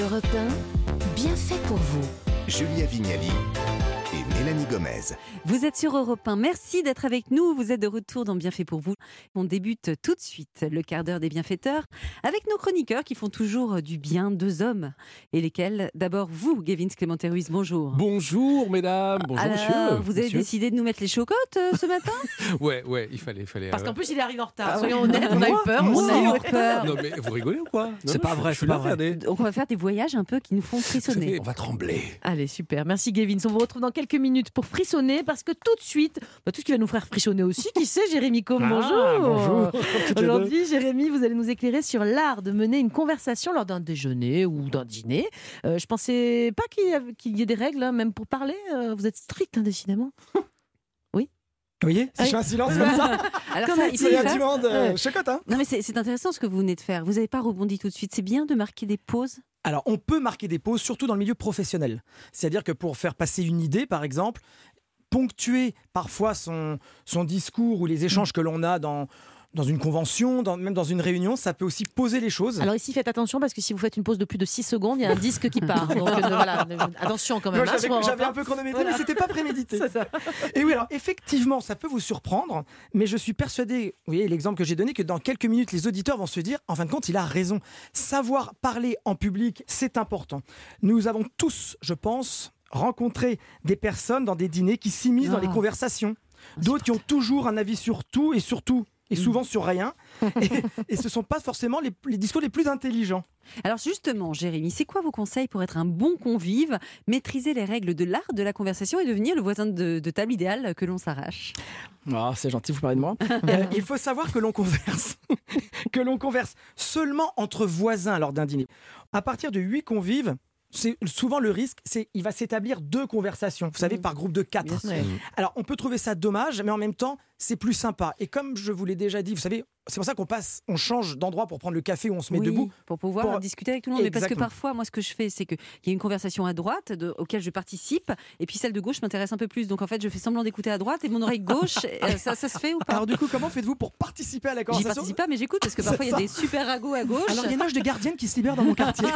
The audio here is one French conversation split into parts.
Europe 1, bien fait pour vous. Julia Vignali et Mélanie Gomez. Vous êtes sur Europe 1. Merci d'être avec nous. Vous êtes de retour dans Bienfait pour vous. On débute tout de suite le quart d'heure des bienfaiteurs avec nos chroniqueurs qui font toujours du bien deux hommes et lesquels d'abord vous, Gavin Clémenteruis, bonjour. Bonjour mesdames, bonjour Alors, monsieur. Ah Vous avez monsieur. décidé de nous mettre les chocottes euh, ce matin Ouais, ouais, il fallait, il fallait. Parce euh, qu'en plus, il arrive en retard. Ah Soyons ouais. honnêtes, on a eu peur. Moi on a eu On a eu peur. Non mais vous rigolez ou quoi Non, C'est non, pas je- vrai, je suis c'est pas là, vrai. regardez. Donc on va faire des voyages un peu qui nous font frissonner. On va trembler. Allez, super. Merci, Gavin. On vous retrouve dans quelques minutes pour frissonner parce que tout de suite, bah, tout ce qui va nous faire frissonner aussi, qui sait, Jérémy Combe, Ah, bonjour. toutes les deux. Aujourd'hui, Jérémy, vous allez nous éclairer sur l'art de mener une conversation lors d'un déjeuner ou d'un dîner. Euh, je pensais pas qu'il y, avait- qu'il y ait des règles, hein, même pour parler. Euh, vous êtes strict, hein, décidément. Vous voyez, si Oui. je fais un silence comme ça, Alors Qu'en ça, a-t-il il c'est faut le la faire. demande euh, Ouais. chocotte, hein Non mais c'est c'est intéressant ce que vous venez de faire. Vous n'avez pas rebondi tout de suite. C'est bien de marquer des pauses. Alors, on peut marquer des pauses, surtout dans le milieu professionnel. C'est-à-dire que pour faire passer une idée, par exemple, ponctuer parfois son, son discours ou les échanges que l'on a dans, dans une convention, dans- même dans une réunion, ça peut aussi poser les choses. Alors ici, faites attention parce que si vous faites une pause de plus de 6 secondes, il y a un disque qui part. Donc euh, voilà, euh, attention quand même. Moi, hein, sur j'avais, Europe j'avais un. un peu chronométré, mais c'était pas prémédité. Et oui, alors effectivement, ça peut vous surprendre, mais je suis persuadé, vous voyez l'exemple que j'ai donné, que dans quelques minutes, les auditeurs vont se dire, en fin de compte, il a raison. Savoir parler en public, c'est important. Nous avons tous, je pense, rencontré des personnes dans des dîners qui s'immiscent dans les Ah. conversations, d'autres qui ont toujours un avis sur tout et surtout. Mm. Et souvent sur rien. Et, et ce ne sont pas forcément les- les discours les plus intelligents. Alors justement, Jérémy, c'est quoi vos conseils pour être un bon convive, maîtriser les règles de l'art de la conversation et devenir le voisin de, de table idéal que l'on s'arrache Ah, c'est gentil, vous parlez de moi. Euh, il faut savoir que l'on converse, que l'on converse seulement entre voisins lors d'un dîner. À partir de huit convives, c'est souvent le risque, c'est il va s'établir deux conversations. Vous Mm. savez, par groupe de quatre. sûr. Ouais. Alors, on peut trouver ça dommage, mais en même temps, c'est plus sympa. Et comme je vous l'ai déjà dit, vous savez, c'est pour ça qu'on passe, on change d'endroit pour prendre le café ou on se met Oui, debout. pour pouvoir Pour- discuter avec tout le monde. Mais parce que Exactement. parfois, moi, ce que je fais, c'est qu'il y a une conversation à droite de- auquel je participe, et puis celle de gauche m'intéresse un peu plus. Donc en fait, je fais semblant d'écouter à droite et mon oreille gauche, euh, ça, ça se fait ou pas Alors, du coup, comment faites-vous pour participer à la J'y conversation participe pas, mais j'écoute parce que parfois il y a ça. des super ragots à gauche. Alors, il y a une âge de gardienne qui se libère dans mon quartier.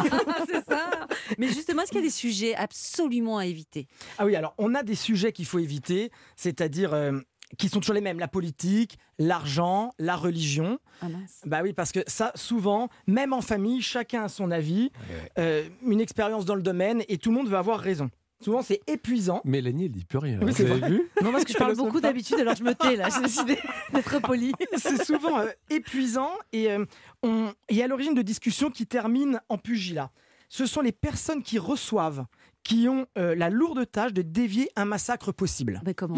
c'est ça. Mais justement, est-ce qu'il y a des sujets absolument à éviter Ah oui, alors on a des sujets qu'il faut éviter, c'est-à-dire euh, qui sont toujours les mêmes la politique, l'argent, la religion. Ah mince. Bah oui, parce que ça, souvent, même en famille, chacun a son avis, euh, une expérience dans le domaine, et tout le monde veut avoir raison. Souvent, c'est épuisant. Mélanie, elle dit plus rien. Oui, vous c'est avez vrai. vu Non, parce que je parle beaucoup d'habitude, alors je me tais là. J'ai décidé d'être poli. C'est souvent euh, épuisant et, euh, on, et à l'origine de discussions qui terminent en pugilat. Ce sont les personnes qui reçoivent qui ont euh, la lourde tâche de dévier un massacre possible. Mais Ben, comment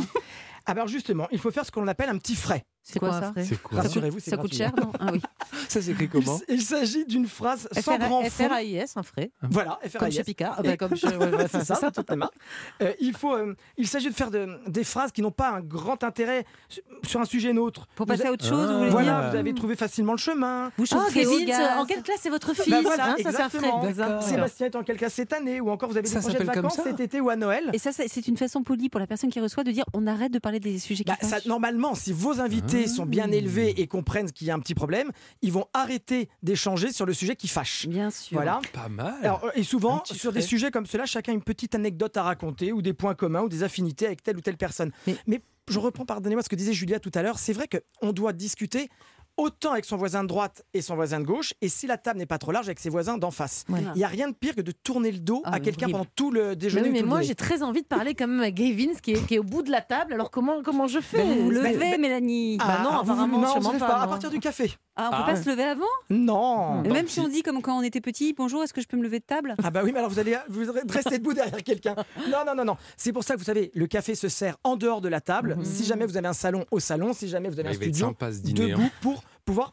Ah bah Alors justement, il faut faire ce qu'on appelle un petit frais. C'est quoi, ça C'est quoi Ça coûte- Rassurez-vous, c'est Ça coûte gratuit. cher, non Ah oui. Ça s'écrit Il comment s- Il s'agit d'une phrase sans grand fond. FRAIS, un frais. Voilà, Comme chez FRIS. Picard. Ah bah, comme chez- ouais, ouais, C'est ça, toutes les marques. Euh, il faut, euh, il s'agit de faire de- des phrases qui n'ont pas un grand intérêt su- sur un sujet neutre. Pour Vous passer à a- autre chose, Ah. vous voulez voilà, dire vous avez trouvé facilement le chemin. Vous Oh, chauffez au Kevin, Ah, gaz. en quelle classe est votre fils Bah voilà, Hein, Ça, c'est un frais. exactement. D'accord. Sébastien est en quelle classe cette année Ou encore, vous avez des Ça projets de s'appelle comme vacances ça cet été ou à Noël Et ça, c'est c'est une façon polie pour la personne qui reçoit de dire on arrête de parler des sujets qui Bah, ça, fâchent. normalement, si vos invités Ah. sont bien élevés et comprennent qu'il y a un petit problème, ils vont arrêter d'échanger sur le sujet qui fâche. Bien sûr. Voilà. Pas mal. Alors, Ah, euh, et Un souvent, petit sur des frais. sujets comme cela, chacun a une petite anecdote à raconter ou des points communs ou des affinités avec telle ou telle personne. Mais- Mais, je reprends, pardonnez-moi, ce que disait Julia tout à l'heure. C'est vrai qu'on doit discuter autant avec son voisin de droite et son voisin de gauche, et si la table n'est pas trop large, avec ses voisins d'en face. Ouais. Il n'y a rien de pire que de tourner le dos Ah, à mais quelqu'un horrible. pendant tout le Mais, déjeuner. oui, ou mais tout le moi, dîner. j'ai très envie de parler quand même à Gavin, qui est, qui est au bout de la table. Alors comment, comment je fais Ben, vous vous levez, ben, Mélanie. Ah, Bah non, vous- vous- apparemment, non, on se sûrement lève pas, À non. Hmm. partir du café. Ah, on peut Ah. Bah, pas se lever avant Non. Même si on dit comme quand on était petit, bonjour, est-ce que je peux me lever de table Ah bah oui, mais alors vous allez vous restez debout derrière quelqu'un. Non, non, non, non. C'est pour ça que vous savez, le café se sert en dehors de la table. Si jamais vous avez un salon, au salon. Si jamais vous avez il un va être studio, sympa, ce dîner, debout hein. pour pouvoir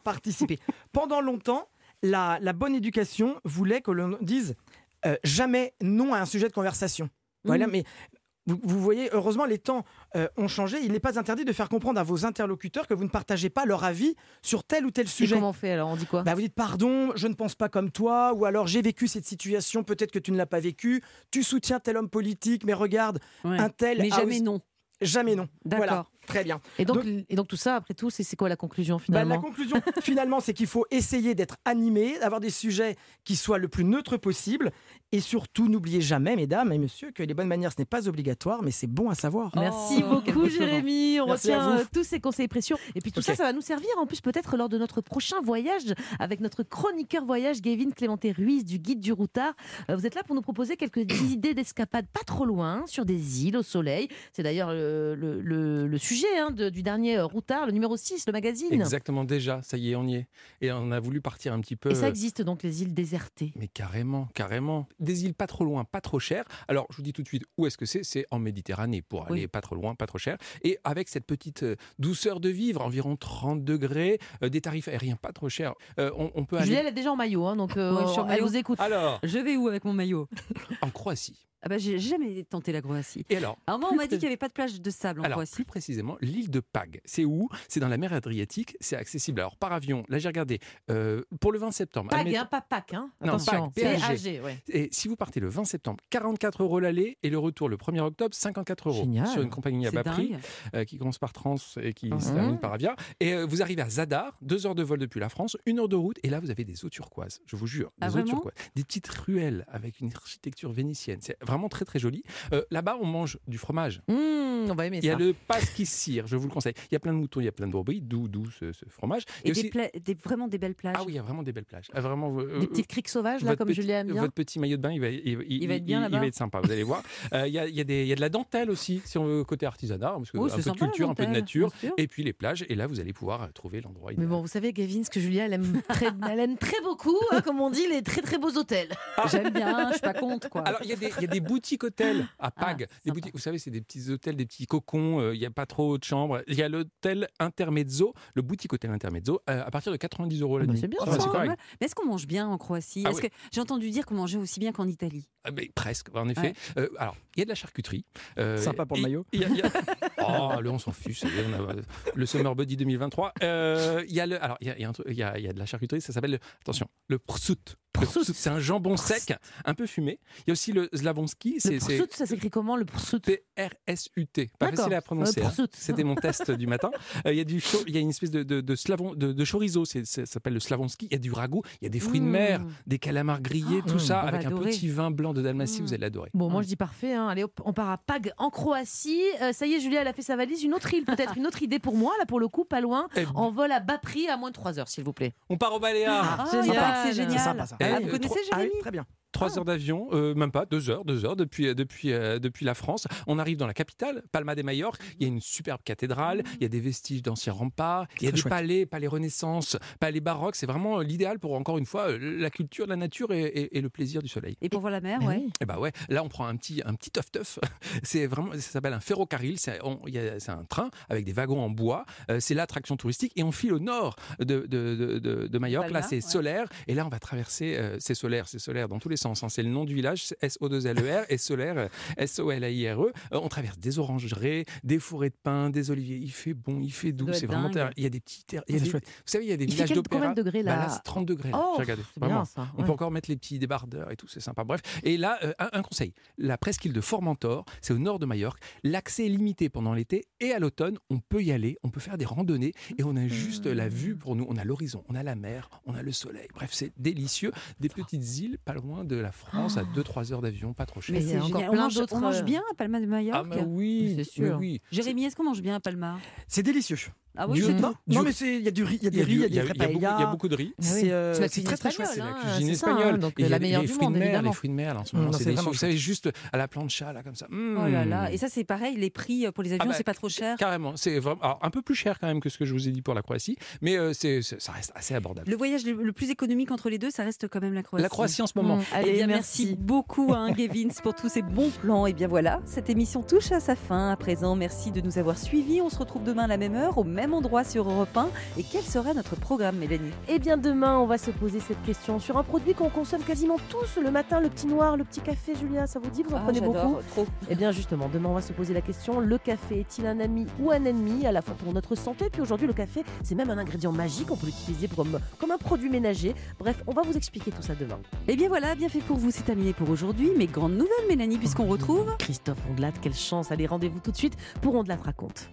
participer. Pendant longtemps, la, la bonne éducation voulait que l'on dise euh, jamais non à un sujet de conversation. Voilà, mais vous, vous voyez, heureusement, les temps euh, ont changé. Il n'est pas interdit de faire comprendre à vos interlocuteurs que vous ne partagez pas leur avis sur tel ou tel Et sujet. comment on fait alors On dit Hein. quoi Bah, vous dites pardon, je ne pense pas comme toi, ou alors j'ai vécu cette situation, peut-être que tu ne l'as pas vécu, tu soutiens tel homme politique, mais regarde, Ouais. un tel. Mais a jamais aussi- non. Jamais non. D'accord. Voilà. Très bien. Et donc, Donc- et donc tout ça, après tout, c'est c'est quoi la conclusion Bah, la finalement conclusion, finalement, c'est qu'il faut essayer d'être animé, d'avoir des sujets qui soient le plus neutre possible. Et surtout, n'oubliez jamais, mesdames et messieurs, que les bonnes manières, ce n'est pas obligatoire, mais c'est bon à savoir. Merci Oh, quel beaucoup beau slogan. Jérémy, on Merci à retient vous. euh, tous ces conseils précieux. Et puis tout ça, Ok. ça va nous servir en plus peut-être lors de notre prochain voyage avec notre chroniqueur voyage Gavin Clémenté Ruiz du guide du Routard. Euh, Vous êtes là pour nous proposer quelques idées d'escapades pas trop loin, sur des îles au soleil. C'est d'ailleurs euh, le, le- le sujet hein, de- du dernier euh, Routard, le numéro 6, le magazine. Exactement, déjà, ça y est, on y est. Et on a voulu partir un petit peu. Et ça euh, existe donc les îles désertées. Mais carrément, carrément. Des îles pas trop loin, pas trop chères. Alors, je vous dis tout de suite où est-ce que c'est. C'est en Méditerranée pour aller pas trop loin, pas trop cher. Et avec cette petite euh, douceur de vivre, environ 30 degrés, euh, des tarifs aériens pas trop chers. Euh, on, on peut aller. Julia, elle est déjà en maillot, hein, donc euh, Ouais, je suis en elle maillot. vous écoute. Alors, Je vais où avec mon maillot en Croatie. Ah bah j'ai jamais tenté la Croatie. Et alors À un moment, on m'a dit près. qu'il n'y avait pas de plage de sable en Alors, Croatie. plus précisément, l'île de Pag. C'est où C'est dans la mer Adriatique. C'est accessible. Alors, par avion, là, j'ai regardé. euh, pour le 20 septembre. Ah, Pag, admettons- hein, pas Pac, hein. Non, attention, Pag, c'est P-A-G. AG, ouais. Et si vous partez le 20 septembre, 44 euros l'aller et le retour le 1er octobre, 54 euros. Génial. Sur une compagnie à C'est bas prix. dingue. euh, qui commence par Trans et qui se Mhm. termine par Avia. Et euh, vous arrivez à Zadar, deux heures de vol depuis la France, une heure de route, et là vous avez des eaux turquoises, je vous jure, Ah, des eaux vraiment turquoises, des petites ruelles avec une architecture vénitienne, c'est vraiment très très joli. Euh, Là-bas on mange du fromage. Mmh, on va aimer Il y a ça. le passe qui cire, je vous le conseille. Il y a plein de moutons, il y a plein de brebis, d'où d'où ce, ce fromage. Et Il y a des aussi- pla- des- vraiment des belles plages. Ah oui, il y a vraiment des belles plages. Ah, vraiment, euh, Des petites criques sauvages, là, votre comme petit- Julia aime bien. Votre petit maillot de bain, il va, il, il- va être bien il- il là-bas. va être sympa, vous allez voir. Euh, Il y, a, il y a des- il y a de la dentelle aussi, si on veut, côté artisanat, parce que Oui, un Oh, c'est peu de sympa, la culture, un peu de dentelle, nature. bien sûr. Et puis les plages, et là vous allez pouvoir euh, trouver l'endroit. Mais idéal. bon, vous savez, Gavin, ce que Julia, elle aime très, elle aime très beaucoup, hein, comme on dit, les très très beaux hôtels. J'aime bien, je suis pas contre quoi. Alors il y, a des- il y a des boutiques hôtels Ah, à Pag. des sympa. boutiques, vous savez, c'est des petits hôtels, des petits cocons, euh, il n'y a pas trop de chambres. Il y a l'hôtel Intermezzo, le boutique hôtel Intermezzo, euh, à partir de 90 euros la Ah bah, nuit. c'est bien, Ouais, ça. c'est Pas correct. mal. Mais est-ce qu'on mange bien en Croatie Ah Est-ce oui. que j'ai entendu dire qu'on mangeait aussi bien qu'en Italie Ah, mais presque, en effet. Ouais. Euh, alors, il y a de la charcuterie. Euh, Sympa pour le et- maillot. il y a- il y a- Oh, là, on s'en fiche. ça y est, on a- euh, Le Summer Body 2023. Euh, Il y a le, alors, il y a, il y a un truc- il y a- il y a de la charcuterie. Ça s'appelle, le- attention, le prosciutto. Le Prosciutto. prosciutto, C'est un jambon sec, un peu fumé. Il y a aussi le Slavonski. Le C'est c'est pursuit, ça s'écrit comment le pursuit P-R-S-U-T. Pas D'accord. facile à prononcer. Le hein. pursuit. C'était mon test du matin. Euh, Il y a du cho- il y a une espèce de, de, de slavon, de, de chorizo, c'est- c'est- ça s'appelle le slavonski. Il y a du ragoût, il y a des fruits de mer, Mmh. Ah, des calamars grillés, Oh, tout ça, on va avec un adorer. petit vin blanc de Dalmatie, Mmh. vous allez l'adorer. Bon, moi je dis parfait. hein. Allez, hop, on part à Pag en Croatie. Euh, ça y est, Julia, elle a fait sa valise. Une autre île, peut-être une autre idée pour moi, là pour le coup, pas loin. Eh, En vol à bas prix à moins de 3 heures, s'il vous plaît. On part au Baléares. Ah, génial. il paraît que c'est C'est génial. sympa, ça. Ah, Eh, vous euh, connaissez Ah oui, Jérémy très bien. Trois heures d'avion, euh, même pas, deux heures, deux heures depuis, depuis, euh, depuis la France. On arrive dans la capitale, Palma de Mallorca. Il y a une superbe cathédrale, il y a des vestiges d'anciens remparts, il y a Très des chouette. palais, palais Renaissance, palais baroque. C'est vraiment euh, l'idéal pour, encore une fois, euh, la culture, la nature et- et- et le plaisir du soleil. Et pour voir la mer, ouais. Eh bah ouais, là on prend un petit un petit teuf teuf. C'est vraiment ça s'appelle un ferrocarril. C'est on- il y a- c'est un train avec des wagons en bois. Euh, c'est l'attraction touristique et on file au nord de de de, de- de Majorque. Là Palma, c'est ouais. solaire et là on va traverser euh, c'est solaire c'est solaire dans tous les sens. hein. C'est le nom du village S O 2 L E R et solaire S O L A I R E. on traverse des orangeraies, des forêts de pins, des oliviers. Il fait bon, il fait doux. doit C'est être vraiment dingue. terre- il y a des petits terres. il y a C'est des- vous chouette. savez il y a des Il fait villages quel, combien d'opéra. de degrés là Bah là, c'est 30 degrés. là. Oh, J'ai regardé. c'est Vraiment. bien ça. On ouais. peut encore mettre les petits débardeurs et tout, c'est sympa. Bref, et là, euh, un, un conseil la presqu'île de Formentor, c'est au nord de Majorque. L'accès est limité pendant l'été et à l'automne, on peut y aller, on peut faire des randonnées et on a juste la vue pour nous. On a l'horizon, on a la mer, on a le soleil. Bref, c'est délicieux. Des petites îles pas loin de la France, à 2-3 heures d'avion, pas trop cher. Mais il y a c'est encore génial. On plein mange, d'autres, on mange euh, bien à Palma de ah, Mallorca. mais oui, Mais mais c'est sûr. oui. Jérémy, est-ce qu'on mange bien à Palma C'est délicieux. Ah oui, Du- c'est Non, tout. non, mais c'est- il y a du riz, il y a Il y des a riz, il y a du- il y a- il y des a beaucoup- il y a paella. beaucoup de Ah riz. C'est euh, C'est la c'est cuisine très très chouette. espagnole, c'est la hein, cuisine c'est ça, hein, espagnole. donc, Et il y la a les- meilleure les du fruits de monde, mer, évidemment. Les fruits de mer, là, en ce moment, Non, c'est c'est délicieux. vraiment Vous savez, juste à la plancha, là, comme ça. Oh là Mmh. là. Et ça, c'est pareil, les prix euh, pour les avions, Ah bah, c'est pas trop cher. Carrément, c'est vraiment alors, un peu plus cher quand même que ce que je vous ai dit pour la Croatie, mais euh, c'est- c'est- ça reste assez abordable. Le voyage le le plus économique entre les deux, ça reste quand même la Croatie. La Croatie en ce moment. Mmh. Eh Allez, bien, merci. merci. beaucoup, hein, Gavins, pour tous ces bons plans. Et bien voilà, cette émission touche à sa fin à présent. Merci de nous avoir suivis. On se retrouve demain à la même heure, au même endroit sur Europe 1. Et quel sera notre programme, Mélanie Eh bien demain, on va se poser cette question sur un produit qu'on consomme quasiment tous le matin, le petit noir, le petit café, Julia, ça vous dit Ah, Vous en prenez beaucoup trop. Eh bien justement, demain on va se poser la question, le café est-il un ami ou un ennemi à la fois pour notre santé Puis aujourd'hui le café c'est même un ingrédient magique, on peut l'utiliser comme, comme un produit ménager. Bref, on va vous expliquer tout ça demain. Et Eh bien voilà, bien fait pour vous, c'est terminé pour aujourd'hui. Mais grande nouvelle, Mélanie, puisqu'on retrouve. Christophe Ondelat, quelle chance Allez, rendez-vous tout de suite pour Ondelat raconte.